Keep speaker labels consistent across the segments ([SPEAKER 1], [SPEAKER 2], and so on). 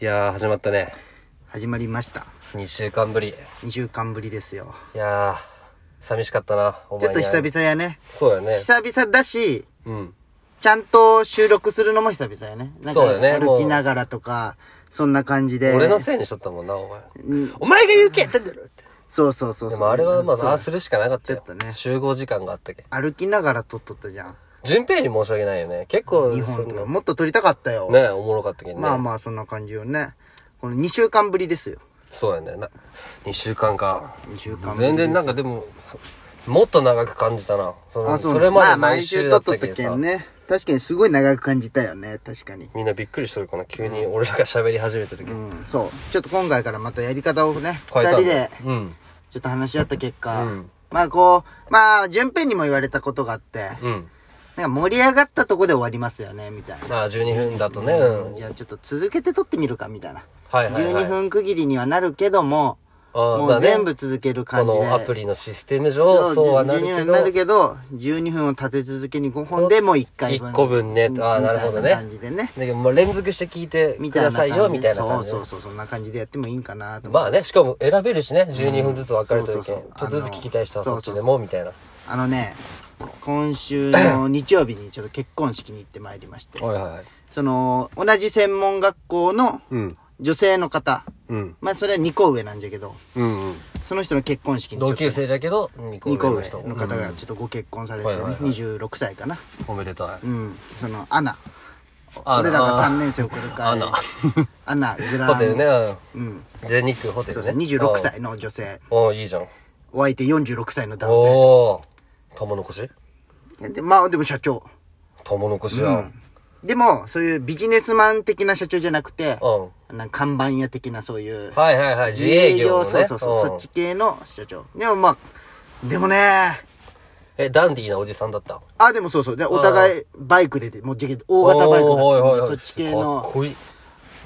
[SPEAKER 1] いやー、始まったね。
[SPEAKER 2] 始まりました
[SPEAKER 1] 2週間ぶり。い
[SPEAKER 2] 2週間ぶりですよ
[SPEAKER 1] やー、寂しかったな、お
[SPEAKER 2] ち
[SPEAKER 1] 前
[SPEAKER 2] ょ
[SPEAKER 1] に
[SPEAKER 2] っと
[SPEAKER 1] 会え
[SPEAKER 2] 久
[SPEAKER 1] る。
[SPEAKER 2] 々やね
[SPEAKER 1] そうだよね。
[SPEAKER 2] 久々だし
[SPEAKER 1] うん。
[SPEAKER 2] ちゃんと収録するのも久々やねなんか
[SPEAKER 1] そうだね
[SPEAKER 2] 歩きながらとかそんな感じで
[SPEAKER 1] 俺のせいにしとったもんな、お前。お前が言うけやったんだろって。
[SPEAKER 2] そうそうそうそう
[SPEAKER 1] でもあれはま
[SPEAKER 2] そう
[SPEAKER 1] あ、ああするしかなかったよ
[SPEAKER 2] ちょっと。ね
[SPEAKER 1] 集合時間があったけ。
[SPEAKER 2] 歩きながら撮っとったじゃん
[SPEAKER 1] 順平に申し訳ないよね。結構、
[SPEAKER 2] 日
[SPEAKER 1] そ
[SPEAKER 2] 本と
[SPEAKER 1] ん
[SPEAKER 2] か
[SPEAKER 1] な
[SPEAKER 2] もっと撮りたかったよ、
[SPEAKER 1] ね、おもろかったけどね。
[SPEAKER 2] まあまあそんな感じよねこの2週間ぶりですよ
[SPEAKER 1] そうやね。な、2週間か。
[SPEAKER 2] 2週間ぶり
[SPEAKER 1] 全然なんかでも、そもっと長く感じたな。その
[SPEAKER 2] あそう
[SPEAKER 1] それま
[SPEAKER 2] あ
[SPEAKER 1] で毎週だ
[SPEAKER 2] 撮っ
[SPEAKER 1] っ
[SPEAKER 2] とったた
[SPEAKER 1] けどさ
[SPEAKER 2] けん。ね確かにすごい長く感じたよね確かに
[SPEAKER 1] みんなびっくりしとるかな。急に俺らが喋り始めた時。
[SPEAKER 2] うんそうちょっと今回からまたやり方をね
[SPEAKER 1] 変え
[SPEAKER 2] 2
[SPEAKER 1] た
[SPEAKER 2] 人
[SPEAKER 1] んだ
[SPEAKER 2] で
[SPEAKER 1] ようん。
[SPEAKER 2] ちょっと話し合った結果、
[SPEAKER 1] うん
[SPEAKER 2] まあこう、まあ、順平にも言われたことがあって、
[SPEAKER 1] うん。
[SPEAKER 2] なんか盛り上がったとこで終わりますよね、みたいな。
[SPEAKER 1] まあ12分だとね、うん、
[SPEAKER 2] じゃあちょっと続けて撮ってみるか、みたいな。
[SPEAKER 1] はいはいはい
[SPEAKER 2] 12分区切りにはなるけども、
[SPEAKER 1] ああ
[SPEAKER 2] も
[SPEAKER 1] まあ
[SPEAKER 2] う
[SPEAKER 1] ね
[SPEAKER 2] 全部続ける
[SPEAKER 1] こ
[SPEAKER 2] 感じで。
[SPEAKER 1] のアプリのシステム
[SPEAKER 2] そう
[SPEAKER 1] 上そうはなる
[SPEAKER 2] 12
[SPEAKER 1] け
[SPEAKER 2] 分にな
[SPEAKER 1] ど
[SPEAKER 2] るけど、12分を立て続けに5本でもう1回分。
[SPEAKER 1] 1個分ねああなるほど
[SPEAKER 2] みたいな
[SPEAKER 1] ね
[SPEAKER 2] 感じでね。
[SPEAKER 1] だけどもう連続して聞いてくださいよみたいな感じで
[SPEAKER 2] そうそうそう、そんな感じでやってもいいんかなと思って
[SPEAKER 1] まあねしかも選べるしね12分ずつ分かれてるけん
[SPEAKER 2] そう
[SPEAKER 1] ち
[SPEAKER 2] そうそう
[SPEAKER 1] ょっとずつ聞きたい人は
[SPEAKER 2] あの
[SPEAKER 1] そっちでもみたいな
[SPEAKER 2] あのね、今週の日曜日にちょっと結婚式に行ってまいりまして、
[SPEAKER 1] はいはいはい
[SPEAKER 2] その、同じ専門学校の
[SPEAKER 1] うん
[SPEAKER 2] 女性の方、
[SPEAKER 1] うん
[SPEAKER 2] まあそれは2個上なんじゃけど、
[SPEAKER 1] うんうん
[SPEAKER 2] その人の結婚式にちょっ
[SPEAKER 1] 同
[SPEAKER 2] と
[SPEAKER 1] 級生だけど2個
[SPEAKER 2] 二個
[SPEAKER 1] 上の
[SPEAKER 2] 上
[SPEAKER 1] 人
[SPEAKER 2] の方
[SPEAKER 1] う
[SPEAKER 2] が
[SPEAKER 1] ん
[SPEAKER 2] ちょっとご結婚されてね、
[SPEAKER 1] はいはいはい
[SPEAKER 2] 26歳かな。
[SPEAKER 1] おめでたい
[SPEAKER 2] うん。その、アナ。
[SPEAKER 1] アナ
[SPEAKER 2] 俺らが3年生を送るか
[SPEAKER 1] アナ。
[SPEAKER 2] アナ、グラン
[SPEAKER 1] ホテルねう
[SPEAKER 2] うんん。
[SPEAKER 1] 全日空ホテルね
[SPEAKER 2] 26歳の女性。
[SPEAKER 1] おおいいじゃん
[SPEAKER 2] お相手46歳の男
[SPEAKER 1] おお玉の腰
[SPEAKER 2] 性。でまあでも社長。
[SPEAKER 1] 玉の腰やん
[SPEAKER 2] でも、そういうビジネスマン的な社長じゃなくて、
[SPEAKER 1] うん
[SPEAKER 2] なんか看板屋的なそういう、
[SPEAKER 1] はいはいはい自営業のね
[SPEAKER 2] そうそうそう、
[SPEAKER 1] うん
[SPEAKER 2] そっち系の社長。でもまあ、でもね、
[SPEAKER 1] え、ダンディーなおじさんだった
[SPEAKER 2] あ、でもそうそう。で、お互いバイクでて、もうじゃけど大型バイクが
[SPEAKER 1] おーおいおい
[SPEAKER 2] 好
[SPEAKER 1] おい
[SPEAKER 2] きそっち系
[SPEAKER 1] かっ
[SPEAKER 2] の。
[SPEAKER 1] こいい。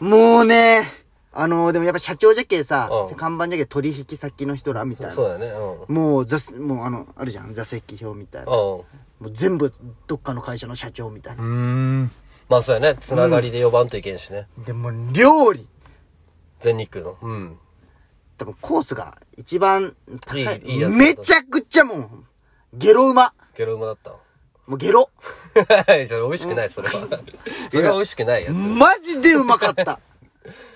[SPEAKER 2] もうね、あのでもやっぱ社長じゃけさ
[SPEAKER 1] う、ん
[SPEAKER 2] 看板じゃけ取引先の人らみたい
[SPEAKER 1] そうだ
[SPEAKER 2] な。
[SPEAKER 1] ね。う
[SPEAKER 2] もう、座席、もうあの、あるじゃん、座席表みたいな。
[SPEAKER 1] ん。
[SPEAKER 2] もう全部、どっかの会社の社長みたいな。
[SPEAKER 1] うん。うん。まあそうやね。つながりで呼ばんといけんしね。
[SPEAKER 2] でも、料理
[SPEAKER 1] 全日空の。うん。
[SPEAKER 2] 多分コースが一番高い。
[SPEAKER 1] いいいいやつ
[SPEAKER 2] めちゃくちゃもう、ゲロうま。
[SPEAKER 1] ゲロウマだった。
[SPEAKER 2] もうゲロ。
[SPEAKER 1] それ美味しくない、それ は。それは美味しくないやつ。
[SPEAKER 2] マジでうま かった。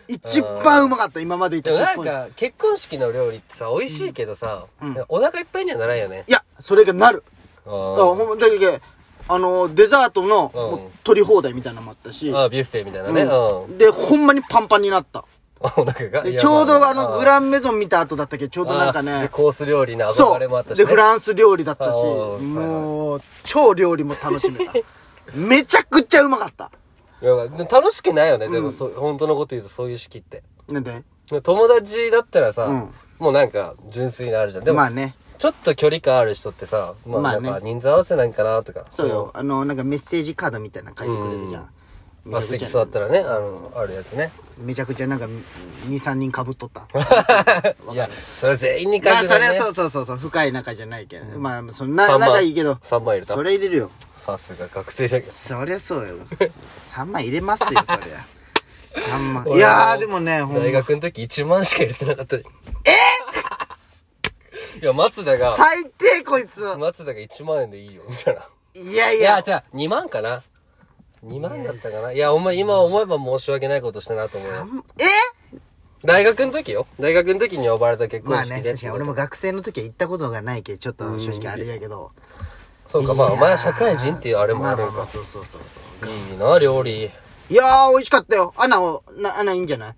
[SPEAKER 2] 一番うまかった、今までい
[SPEAKER 1] で
[SPEAKER 2] た
[SPEAKER 1] もな
[SPEAKER 2] 結
[SPEAKER 1] ん
[SPEAKER 2] 婚
[SPEAKER 1] か、結婚式の料理ってさ、美味しいけどさ、お腹いっぱいにはならんよね。
[SPEAKER 2] いや、それがなる。
[SPEAKER 1] あ
[SPEAKER 2] あ
[SPEAKER 1] ー
[SPEAKER 2] ほんだけどあの、デザートの、
[SPEAKER 1] うん
[SPEAKER 2] もう取り放題みたいなのもあったし、
[SPEAKER 1] あー、ビュッフェみたいなね。うん。
[SPEAKER 2] で、ほんまにパンパンになった。
[SPEAKER 1] お腹が。い
[SPEAKER 2] で、
[SPEAKER 1] や
[SPEAKER 2] ちょうど
[SPEAKER 1] ま
[SPEAKER 2] あの、グランメゾン見た後だったけど、ちょうどなんか
[SPEAKER 1] あーで
[SPEAKER 2] ね、
[SPEAKER 1] コース料理の
[SPEAKER 2] そ
[SPEAKER 1] 憧れもあった
[SPEAKER 2] う。
[SPEAKER 1] しね。
[SPEAKER 2] で、フランス料理だった
[SPEAKER 1] あ
[SPEAKER 2] し、
[SPEAKER 1] ーはいはい
[SPEAKER 2] もう、超料理も楽 しめた。めちゃくちゃうまかった。
[SPEAKER 1] いやでも楽しくないよね。でも、そう本当のこと言うとそういう式って。
[SPEAKER 2] なんで
[SPEAKER 1] 友達だったらさ、
[SPEAKER 2] ん
[SPEAKER 1] もうなんか純粋にあるじゃん。でも、
[SPEAKER 2] まあね。
[SPEAKER 1] ちょっと距離感ある人ってさ、まあ
[SPEAKER 2] ま
[SPEAKER 1] な
[SPEAKER 2] あ
[SPEAKER 1] ん
[SPEAKER 2] ね
[SPEAKER 1] か人数合わせなんかなとか。
[SPEAKER 2] そうよ。あの、なんかメッセージカードみたいなの書いてくれるじゃん。
[SPEAKER 1] まあ、
[SPEAKER 2] めちゃ
[SPEAKER 1] 席
[SPEAKER 2] くち
[SPEAKER 1] 座
[SPEAKER 2] ゃ
[SPEAKER 1] っ、たらね、あの、あるやつ ね。
[SPEAKER 2] めちゃくちゃなんか、2、3人被っとった。
[SPEAKER 1] いや、それ全員に書
[SPEAKER 2] まあ
[SPEAKER 1] く
[SPEAKER 2] そ
[SPEAKER 1] の
[SPEAKER 2] れは
[SPEAKER 1] ね。
[SPEAKER 2] そうそうそうそう深い仲じゃないけど、まあそんな
[SPEAKER 1] 三枚
[SPEAKER 2] 仲いいけど
[SPEAKER 1] 三枚入れた
[SPEAKER 2] それ入れるよ
[SPEAKER 1] さすが学生じゃん。
[SPEAKER 2] そりゃそうよ3枚入れ ますよそりゃ3枚い
[SPEAKER 1] 俺は
[SPEAKER 2] や
[SPEAKER 1] も
[SPEAKER 2] ー
[SPEAKER 1] う
[SPEAKER 2] でもねほんま
[SPEAKER 1] 大学の時1万しか入れてなかったえ いや、松田が、
[SPEAKER 2] 最低こいつ
[SPEAKER 1] 松田が1万円でいいよ、みたいな。
[SPEAKER 2] いやい
[SPEAKER 1] いや、
[SPEAKER 2] や
[SPEAKER 1] じゃあ、2万かな。2万だったかな。いや、お前、今思えば申し訳ないことしたなと思うよ。
[SPEAKER 2] え
[SPEAKER 1] 大学の時よ。大学の時に呼ばれた結
[SPEAKER 2] ま
[SPEAKER 1] 婚
[SPEAKER 2] あ
[SPEAKER 1] 式で。
[SPEAKER 2] ね確かに俺も学生の時は行ったことがないけどちょっと正直あれやけど
[SPEAKER 1] そうか、まあ、お前は社会人っていうあれもあ
[SPEAKER 2] まあ
[SPEAKER 1] るん
[SPEAKER 2] まあま
[SPEAKER 1] か
[SPEAKER 2] あ。そうそうそうそう
[SPEAKER 1] いいな、料理。
[SPEAKER 2] いやー美味しかったよアナをなアナいいんじゃない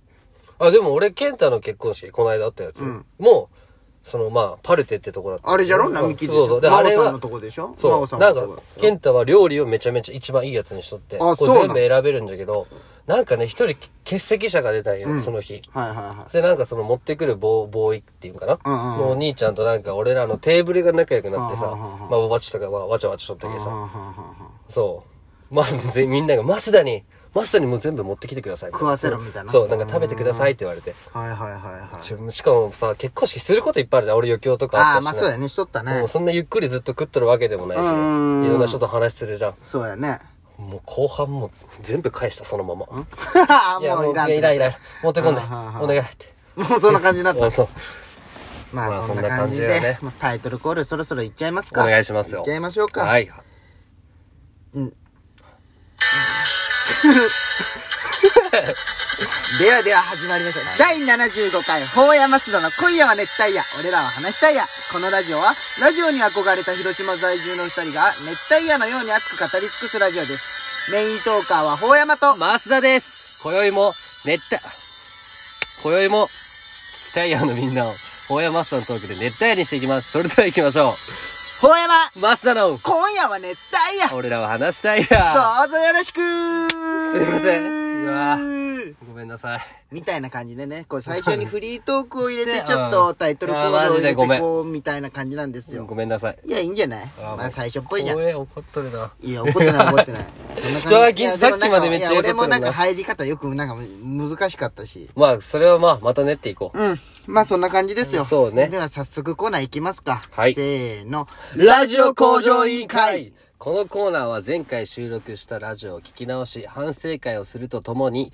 [SPEAKER 1] あ、でも俺、ケンタの結婚式、この間あったやつ。もう、その、まあ、パルテってとこだった。
[SPEAKER 2] あれじゃろ
[SPEAKER 1] うん
[SPEAKER 2] 並木でし
[SPEAKER 1] そうそ
[SPEAKER 2] ょ
[SPEAKER 1] う。で、あ
[SPEAKER 2] 真
[SPEAKER 1] れ
[SPEAKER 2] 央さん
[SPEAKER 1] は
[SPEAKER 2] の、とこでしょ真
[SPEAKER 1] そ
[SPEAKER 2] 央さ
[SPEAKER 1] う。
[SPEAKER 2] んの
[SPEAKER 1] なん
[SPEAKER 2] と
[SPEAKER 1] か
[SPEAKER 2] こ、
[SPEAKER 1] ケンタは料理をめちゃめちゃ一番いいやつにしとって、こ
[SPEAKER 2] あそう
[SPEAKER 1] れ
[SPEAKER 2] な
[SPEAKER 1] 全
[SPEAKER 2] の
[SPEAKER 1] 部選べるんだけど、なんかね、一人欠席者が出たんよ、その日。
[SPEAKER 2] はいはいは
[SPEAKER 1] で、なんかその持ってくるボーボーイっていうのかな、
[SPEAKER 2] うんうんうん
[SPEAKER 1] のお兄ちゃんとなんか俺らのテーブルが仲良くなってさ、
[SPEAKER 2] うんうんうん
[SPEAKER 1] まあおばちとかはわちゃわちゃしとったけど
[SPEAKER 2] いは
[SPEAKER 1] さ、
[SPEAKER 2] んはんはんはんはん
[SPEAKER 1] そう。まあ、ぜみんながマスダに、マスダにもう全部持ってきてください。
[SPEAKER 2] 食わせろみたいな
[SPEAKER 1] そう、なんか食べてくださいって言われて。
[SPEAKER 2] はいはいはいはい
[SPEAKER 1] ちょしかもさ、結婚式することいっぱいあるじゃん。俺余興とか
[SPEAKER 2] ああ
[SPEAKER 1] ったし
[SPEAKER 2] ま
[SPEAKER 1] な
[SPEAKER 2] あそうだよねしとったね
[SPEAKER 1] もうそんなゆっくりずっと食っとるわけでもないし、い
[SPEAKER 2] うんうんうん
[SPEAKER 1] ろんな人と話するじゃん。
[SPEAKER 2] そうやね。
[SPEAKER 1] もう後半もう全部返した、そのまま。
[SPEAKER 2] あ
[SPEAKER 1] いや、
[SPEAKER 2] も
[SPEAKER 1] もうい
[SPEAKER 2] ういら
[SPEAKER 1] ら
[SPEAKER 2] ん
[SPEAKER 1] んいらんいらん。持ってこんで。
[SPEAKER 2] あはんはん
[SPEAKER 1] お願いって。
[SPEAKER 2] もうそんな感じ になった
[SPEAKER 1] あそう。
[SPEAKER 2] ま
[SPEAKER 1] ま
[SPEAKER 2] あ
[SPEAKER 1] あ
[SPEAKER 2] そん
[SPEAKER 1] そ
[SPEAKER 2] な
[SPEAKER 1] んな
[SPEAKER 2] 感
[SPEAKER 1] 感
[SPEAKER 2] じ
[SPEAKER 1] じ
[SPEAKER 2] で、
[SPEAKER 1] だよね
[SPEAKER 2] まあタイトルコールそろそろいっちゃいます
[SPEAKER 1] お
[SPEAKER 2] か
[SPEAKER 1] 願いしますよ。
[SPEAKER 2] いっちゃいましょうか。。
[SPEAKER 1] はいい。
[SPEAKER 2] ではでは始まりました。第75回、法山須田の今夜は熱帯夜、俺らは話したいや。このラジオは、ラジオに憧れた広島在住の二人が熱帯夜のように熱く語り尽くすラジオです。メイントーカーは法山と、
[SPEAKER 1] マスダです。今宵も、熱帯、今宵も、北イヤのみんなを、大山マスダのトークで熱帯夜にしていきます。それでは行きましょ
[SPEAKER 2] 法山、
[SPEAKER 1] う。マスダの、
[SPEAKER 2] 今夜は熱帯夜、
[SPEAKER 1] 俺らは話したいや。
[SPEAKER 2] どうぞよろしく
[SPEAKER 1] すいませんうわ
[SPEAKER 2] ん。
[SPEAKER 1] ごめんなさい。
[SPEAKER 2] みたいな感じでね、こう最初にフリートークを入れ
[SPEAKER 1] して
[SPEAKER 2] て
[SPEAKER 1] うん
[SPEAKER 2] ちょっとタイトルコールを
[SPEAKER 1] あーマ
[SPEAKER 2] 入
[SPEAKER 1] ジ
[SPEAKER 2] れ
[SPEAKER 1] でごめ
[SPEAKER 2] て
[SPEAKER 1] ん
[SPEAKER 2] こうみたいな感じなんですよ。
[SPEAKER 1] ごめんなさい。
[SPEAKER 2] いや、いいんじゃない
[SPEAKER 1] あー
[SPEAKER 2] ま
[SPEAKER 1] も
[SPEAKER 2] あ
[SPEAKER 1] う
[SPEAKER 2] 最初っぽいじゃん。
[SPEAKER 1] 光栄怒っとるな。
[SPEAKER 2] いや、怒ってない、怒っ てない。そんな
[SPEAKER 1] じゃあ
[SPEAKER 2] 感じ。いや
[SPEAKER 1] さっきまでめっちゃ怒
[SPEAKER 2] もなんかいや
[SPEAKER 1] って
[SPEAKER 2] 俺
[SPEAKER 1] るな
[SPEAKER 2] もなんか入り方よくなんか難しかったし。
[SPEAKER 1] まあ、それはまあ、また練っていこう。
[SPEAKER 2] うん。まあそんな感じですよ。
[SPEAKER 1] そうね
[SPEAKER 2] では早速コーナー行きますか。
[SPEAKER 1] はい
[SPEAKER 2] せーの。
[SPEAKER 1] ラジオ向上委員会このコーナーは前回収録したラジオを聞き直し、反省会をするとともに、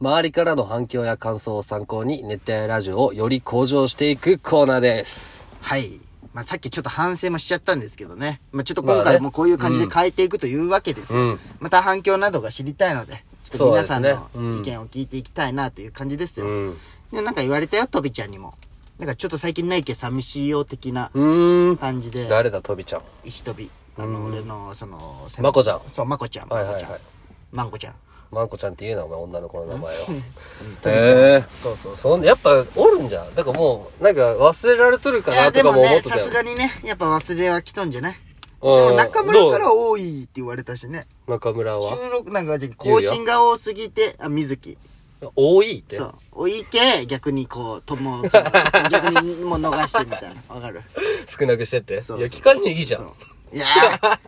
[SPEAKER 1] 周りからの反響や感想を参考に、熱帯夜ラジオをより向上していくコーナーです。
[SPEAKER 2] はい。まあさっきちょっと反省もしちゃったんですけどね。まあちょっと今
[SPEAKER 1] まあ
[SPEAKER 2] 回
[SPEAKER 1] ね
[SPEAKER 2] もこういう感じで変えていくというわけですよ。
[SPEAKER 1] うん
[SPEAKER 2] また反響などが知りたいので、ちょっと皆さんの
[SPEAKER 1] そうですねうん
[SPEAKER 2] 意見を聞いていきたいなという感じですよ。
[SPEAKER 1] うん。
[SPEAKER 2] でもなんか言われたよ、とびちゃんにも。なんかちょっと最近ないけ寂しいよ的な
[SPEAKER 1] うーん。
[SPEAKER 2] 感じで。
[SPEAKER 1] 誰だ、とびちゃん。
[SPEAKER 2] 石飛び。あの、俺の、その、
[SPEAKER 1] まこちゃん
[SPEAKER 2] そう、まこちゃん。
[SPEAKER 1] はいはいはい。
[SPEAKER 2] まこちゃん。
[SPEAKER 1] まんこちゃんって言うな、お前、女の子の名前を。
[SPEAKER 2] とびちゃん。
[SPEAKER 1] へえ。
[SPEAKER 2] そうそうそ
[SPEAKER 1] そんやっぱ、おるんじゃん。だからもう、なんか忘れられとる
[SPEAKER 2] う。
[SPEAKER 1] か
[SPEAKER 2] いや、
[SPEAKER 1] な
[SPEAKER 2] で
[SPEAKER 1] とか
[SPEAKER 2] も
[SPEAKER 1] も思
[SPEAKER 2] ね
[SPEAKER 1] っ、て
[SPEAKER 2] さ
[SPEAKER 1] たよ
[SPEAKER 2] す。がにね、やっぱ忘れは来とんじゃないで
[SPEAKER 1] うん
[SPEAKER 2] も中村か
[SPEAKER 1] ど
[SPEAKER 2] ら多いって言われたしね。
[SPEAKER 1] う中村は
[SPEAKER 2] 収録、なんか、更新が多すぎて、あ、水木。
[SPEAKER 1] 多いって。
[SPEAKER 2] そう。おいけ、逆にこう、とも、その逆にもう逃してみたいな。わかる
[SPEAKER 1] 少なくしてって。
[SPEAKER 2] そう
[SPEAKER 1] いや、期間にいいじゃん。
[SPEAKER 2] そういやーっ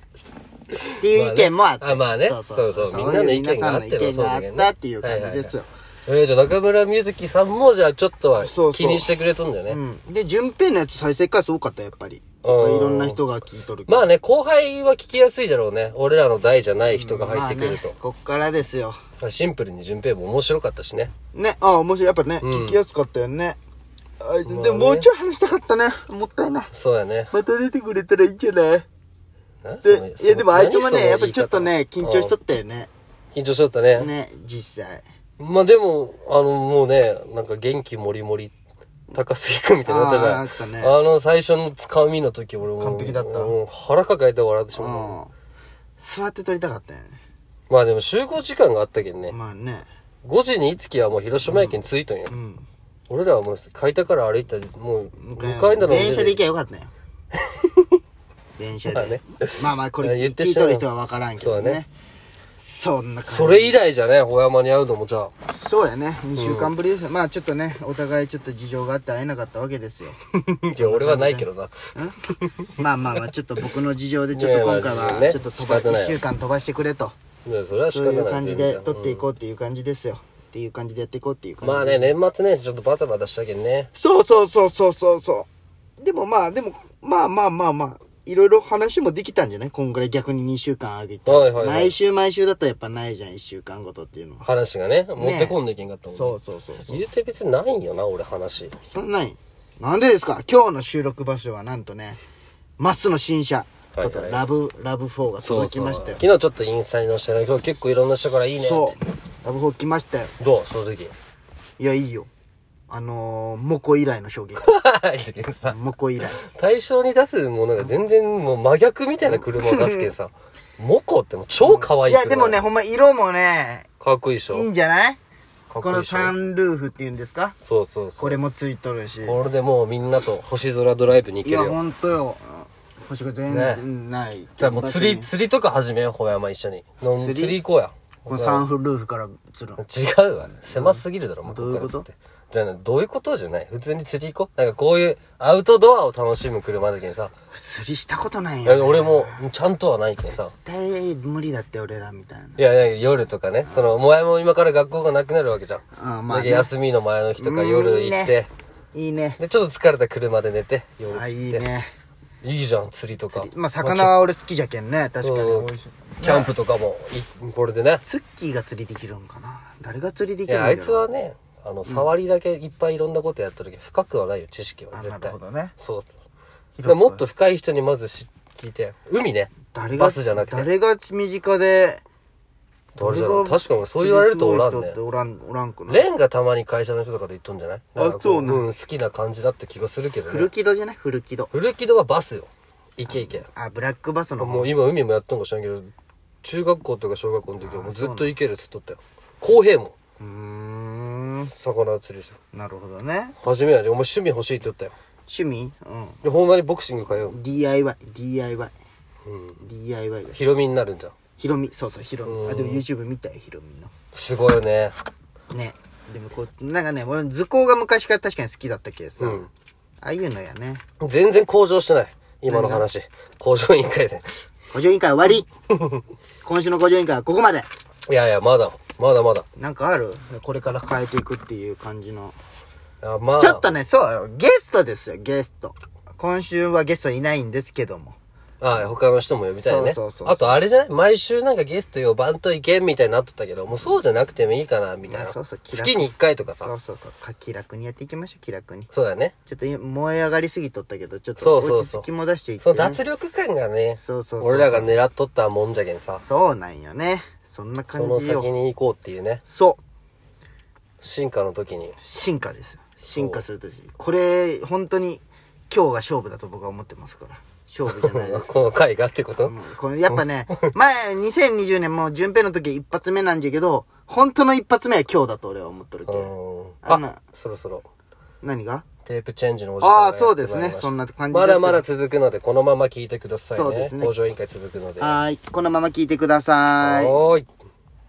[SPEAKER 2] ていう意見もあった。
[SPEAKER 1] まあねあまあね
[SPEAKER 2] そうそうそう。
[SPEAKER 1] そうそうみんなの意見があって
[SPEAKER 2] そういう皆さんの意見があったっていう感じですよ。
[SPEAKER 1] えー、じゃあ中村みずきさんもじゃあちょっとは
[SPEAKER 2] そうそう
[SPEAKER 1] 気にしてくれとんだよね。
[SPEAKER 2] うん。で、順平のやつ再生回数多かった、やっぱり。やっぱいろんな人が聞いとるけど
[SPEAKER 1] まあね、後輩は聞きやすいだろうね。俺らの代じゃない人が入ってくると
[SPEAKER 2] まあね。こっからですよ。
[SPEAKER 1] シンプルに順平も面白かったしね。
[SPEAKER 2] ね、ああ、面白い。やっぱね、
[SPEAKER 1] ん
[SPEAKER 2] 聞きやすかったよね。あ
[SPEAKER 1] まあね
[SPEAKER 2] でももうちょい話したかったね。もったいない。
[SPEAKER 1] そうやね。
[SPEAKER 2] また出てくれたらいいんじゃない
[SPEAKER 1] なその
[SPEAKER 2] で、いやでもあいつも
[SPEAKER 1] 何その
[SPEAKER 2] ね、やっぱ
[SPEAKER 1] 言い方
[SPEAKER 2] りちょっとね、緊張しと
[SPEAKER 1] う
[SPEAKER 2] ったよね。
[SPEAKER 1] ん緊張しとったね。
[SPEAKER 2] ね、実際。
[SPEAKER 1] まあでも、あの、もうね、なんか元気もりもり、高杉君みたいになったじゃん。
[SPEAKER 2] あーあったね
[SPEAKER 1] あの、最初のつかみの時俺も。
[SPEAKER 2] 完璧だった
[SPEAKER 1] もう腹抱えて笑ってし
[SPEAKER 2] う
[SPEAKER 1] まう。
[SPEAKER 2] ん。座って撮りたかったよね。
[SPEAKER 1] まあでも集合時間があったけんね。
[SPEAKER 2] まあね。
[SPEAKER 1] 5時にいつきはもう広島駅に着いとんよ。
[SPEAKER 2] うん。
[SPEAKER 1] 俺らはもう、開田から歩いた、もう、向かいんだろう
[SPEAKER 2] 電車で行けばよかったよ。 電車
[SPEAKER 1] まあ
[SPEAKER 2] で
[SPEAKER 1] ね。
[SPEAKER 2] まあまあ、これ
[SPEAKER 1] 言
[SPEAKER 2] 聞
[SPEAKER 1] っ
[SPEAKER 2] い
[SPEAKER 1] て
[SPEAKER 2] 聞い
[SPEAKER 1] しまう
[SPEAKER 2] とる人は分からんけど
[SPEAKER 1] そうだ
[SPEAKER 2] ね
[SPEAKER 1] ね。
[SPEAKER 2] そんな感じ。
[SPEAKER 1] それ以来じゃね、ほ山に会うのもじゃあ。
[SPEAKER 2] そうやね。2週間ぶりですよ。まあちょっとね、お互いちょっと事情があって会えなかったわけで すよ。
[SPEAKER 1] いや、俺はないけどな。
[SPEAKER 2] まあまあまあ、ちょっと僕の事情でちょっと今回
[SPEAKER 1] いやいや
[SPEAKER 2] は、
[SPEAKER 1] ね
[SPEAKER 2] ちょっと飛ば、
[SPEAKER 1] 仕方ない
[SPEAKER 2] 1週間飛ばしてくれと。
[SPEAKER 1] いやそれは仕
[SPEAKER 2] そ
[SPEAKER 1] 方
[SPEAKER 2] う
[SPEAKER 1] ない。
[SPEAKER 2] いう感じで撮ってい
[SPEAKER 1] く。
[SPEAKER 2] こうっていう感じですよ。っていう感じでやっていこうっていう感じで。
[SPEAKER 1] まあね、年末ね、ちょっとバタバタしたけんね。
[SPEAKER 2] そうそうそうそうそうそう。でもまあ、でも、まあまあまあまあ、いろいろ話もできたんじゃないこんぐらい逆に2週間あげて。
[SPEAKER 1] はいはいはい
[SPEAKER 2] 毎週毎週だったらやっぱないじゃん、1週間ごとっていうのは。
[SPEAKER 1] 話がね、持ってこんでいけんかったもんね。
[SPEAKER 2] そうそうそうそう。
[SPEAKER 1] 言うて別にないんよな、俺話。
[SPEAKER 2] そんなん、なんでですか今日の収録場所はなんとね、まっすの新車。
[SPEAKER 1] はいはい
[SPEAKER 2] とかラブ、ラブ4が届きましたよ。
[SPEAKER 1] 昨日ちょっとインスタに載せたら、今日結構いろんな人からいいねって。
[SPEAKER 2] そう。ラブ4来ましたよ。
[SPEAKER 1] どう正直。
[SPEAKER 2] いや、いいよ。あのー、モコ以来の衝撃。
[SPEAKER 1] さ
[SPEAKER 2] モコ以来。
[SPEAKER 1] 対象に出すものが全然もう真逆みたいな車を出すけんさ。モコってもう超可愛
[SPEAKER 2] い
[SPEAKER 1] い車。
[SPEAKER 2] や、でもね、。ほんま色もね、
[SPEAKER 1] かっこいいでしょ。
[SPEAKER 2] いいんじゃな
[SPEAKER 1] か
[SPEAKER 2] い
[SPEAKER 1] っ
[SPEAKER 2] こ
[SPEAKER 1] こいい
[SPEAKER 2] の
[SPEAKER 1] でしょ
[SPEAKER 2] サンルーフっていうんですか
[SPEAKER 1] そうそうそう。
[SPEAKER 2] これもついとるし。
[SPEAKER 1] これでもうみんなと星空ドライブに行
[SPEAKER 2] い
[SPEAKER 1] け
[SPEAKER 2] や、
[SPEAKER 1] るよ。
[SPEAKER 2] ほんとよ。星が全然ない。
[SPEAKER 1] じゃあもう釣り、釣りとか始めよう、ほやま一緒に。の
[SPEAKER 2] 釣り
[SPEAKER 1] 釣り行こうや。
[SPEAKER 2] このサンルーフから釣るの。
[SPEAKER 1] 違うわ。狭すぎるだろ、もう
[SPEAKER 2] どういうこと
[SPEAKER 1] っからつってじゃあね、どういうことじゃない普通に釣り行こう。なんかこういうアウトドアを楽しむ車だけにさ、
[SPEAKER 2] 釣りしたことない
[SPEAKER 1] い
[SPEAKER 2] よ、ね。
[SPEAKER 1] や俺。もちゃんとはないけどさ、
[SPEAKER 2] 絶対無理だって、俺らみたいな。
[SPEAKER 1] いやいや、夜とかね、その、もやも今から学校がなくなるわけじゃん。
[SPEAKER 2] あまあね
[SPEAKER 1] だけど休みの前の日とか夜
[SPEAKER 2] うん
[SPEAKER 1] 行って、
[SPEAKER 2] いいね。いいね。
[SPEAKER 1] で、ちょっと疲れた車で寝て、夜行っ
[SPEAKER 2] あ、
[SPEAKER 1] て。
[SPEAKER 2] いいね。
[SPEAKER 1] いいじゃん、釣りとか。
[SPEAKER 2] まあ、魚は俺好きじゃけんね。確かに
[SPEAKER 1] うん
[SPEAKER 2] 美味しい。
[SPEAKER 1] キャンプとかも、いこれでね。
[SPEAKER 2] ツッキーが釣りできるんかな誰が釣りで
[SPEAKER 1] い
[SPEAKER 2] きるん
[SPEAKER 1] や、あ
[SPEAKER 2] だろ
[SPEAKER 1] い
[SPEAKER 2] う
[SPEAKER 1] つはね、あの、触りだけいっぱいいろんなことやった時、深くはないよ、知識は。
[SPEAKER 2] あ
[SPEAKER 1] 絶対。
[SPEAKER 2] なるほどね
[SPEAKER 1] そうそう。だ
[SPEAKER 2] 広
[SPEAKER 1] から
[SPEAKER 2] く
[SPEAKER 1] もっと深い人にまずし聞いて。海ね。
[SPEAKER 2] 誰が
[SPEAKER 1] バスじゃなくて。
[SPEAKER 2] 誰が身近で
[SPEAKER 1] 誰だろう確かにそう言われるとおらん
[SPEAKER 2] 釣り
[SPEAKER 1] ね
[SPEAKER 2] すごい人っておらんおらんくない
[SPEAKER 1] レンがたまに会社の人とかで言っとんじゃない
[SPEAKER 2] あ
[SPEAKER 1] なんかこ
[SPEAKER 2] そうね
[SPEAKER 1] うん、好きな感じだって気がするけどね
[SPEAKER 2] 古。木戸じゃない古木戸
[SPEAKER 1] 古木戸はバスよ。行け行け。
[SPEAKER 2] あブラックバスの
[SPEAKER 1] も
[SPEAKER 2] 方
[SPEAKER 1] う今海もやっとんか知らんけど、中学校とか小学校の時はもうずっと行けるっつっとったよ。公平も
[SPEAKER 2] うーん
[SPEAKER 1] 魚釣りですよ。
[SPEAKER 2] なるほどね
[SPEAKER 1] 初めはね、お前趣味欲しいって言ったよ。
[SPEAKER 2] 趣味う
[SPEAKER 1] で、ほんまにボクシング通うん
[SPEAKER 2] DIY DIY
[SPEAKER 1] うん。
[SPEAKER 2] DIY が
[SPEAKER 1] ヒロミになるんじゃん。
[SPEAKER 2] ヒロミそうそうヒロ
[SPEAKER 1] う
[SPEAKER 2] ミ
[SPEAKER 1] ん
[SPEAKER 2] あでも YouTube 見たよヒロミの
[SPEAKER 1] すごいよね。
[SPEAKER 2] ねでもこうなんかね俺図工が昔から確かに好きだったけどさ、
[SPEAKER 1] うん
[SPEAKER 2] ああいうのやね
[SPEAKER 1] 全然向上してない。今の話。向上委員会で。
[SPEAKER 2] 補助委員会 終わり今週の補助委員会はここまで
[SPEAKER 1] いやいや、まだ、まだまだ。
[SPEAKER 2] なんかあるこれから変えていくっていう感じの
[SPEAKER 1] あまあ、
[SPEAKER 2] ちょっとねそうよゲストですよゲスト今週はゲストいないんですけども
[SPEAKER 1] ああ他の人も呼びたいね。
[SPEAKER 2] そうそうそうそう
[SPEAKER 1] あとあれじゃない毎週なんかゲスト呼ばんといけんみたいになっとったけど、もうそうじゃなくてもいいかな、みたい
[SPEAKER 2] ま
[SPEAKER 1] な。
[SPEAKER 2] あそうそう気楽
[SPEAKER 1] 月に一回とか
[SPEAKER 2] そ
[SPEAKER 1] さ
[SPEAKER 2] う。そうそうか気楽にやっていきましょう気楽に
[SPEAKER 1] そうだね。
[SPEAKER 2] ちょっと今燃え上がりすぎとったけどちょっと
[SPEAKER 1] そうそうそう
[SPEAKER 2] 落ち着きも出していって、ね、
[SPEAKER 1] その脱力感がね、
[SPEAKER 2] そうそうそう
[SPEAKER 1] 俺らが狙っとったもんじゃけんさ、
[SPEAKER 2] そうなんよねそんな感
[SPEAKER 1] その
[SPEAKER 2] じ
[SPEAKER 1] 先
[SPEAKER 2] よ
[SPEAKER 1] に行こうっていうね、
[SPEAKER 2] そう
[SPEAKER 1] 進化の時に。
[SPEAKER 2] 進化ですよ進化するとしこれ本当に今日が勝負だと僕は思ってますから勝負じゃな いです
[SPEAKER 1] この回がってこと、
[SPEAKER 2] うんこのやっぱね、前、2020年もう順平の時一発目なんじゃけど、本当の一発目は今日だと俺は思っとるけど。
[SPEAKER 1] うん。
[SPEAKER 2] あの
[SPEAKER 1] あ、そろそろ。
[SPEAKER 2] 何が
[SPEAKER 1] テープチェンジのお時間が
[SPEAKER 2] ああそうですね
[SPEAKER 1] やってまいりました
[SPEAKER 2] そんな感じです
[SPEAKER 1] まだまだ続くので、このまま聞いてくださいね。
[SPEAKER 2] そうですね
[SPEAKER 1] 工場委員会続くので。
[SPEAKER 2] はーい、このまま聞いてください。
[SPEAKER 1] はーい。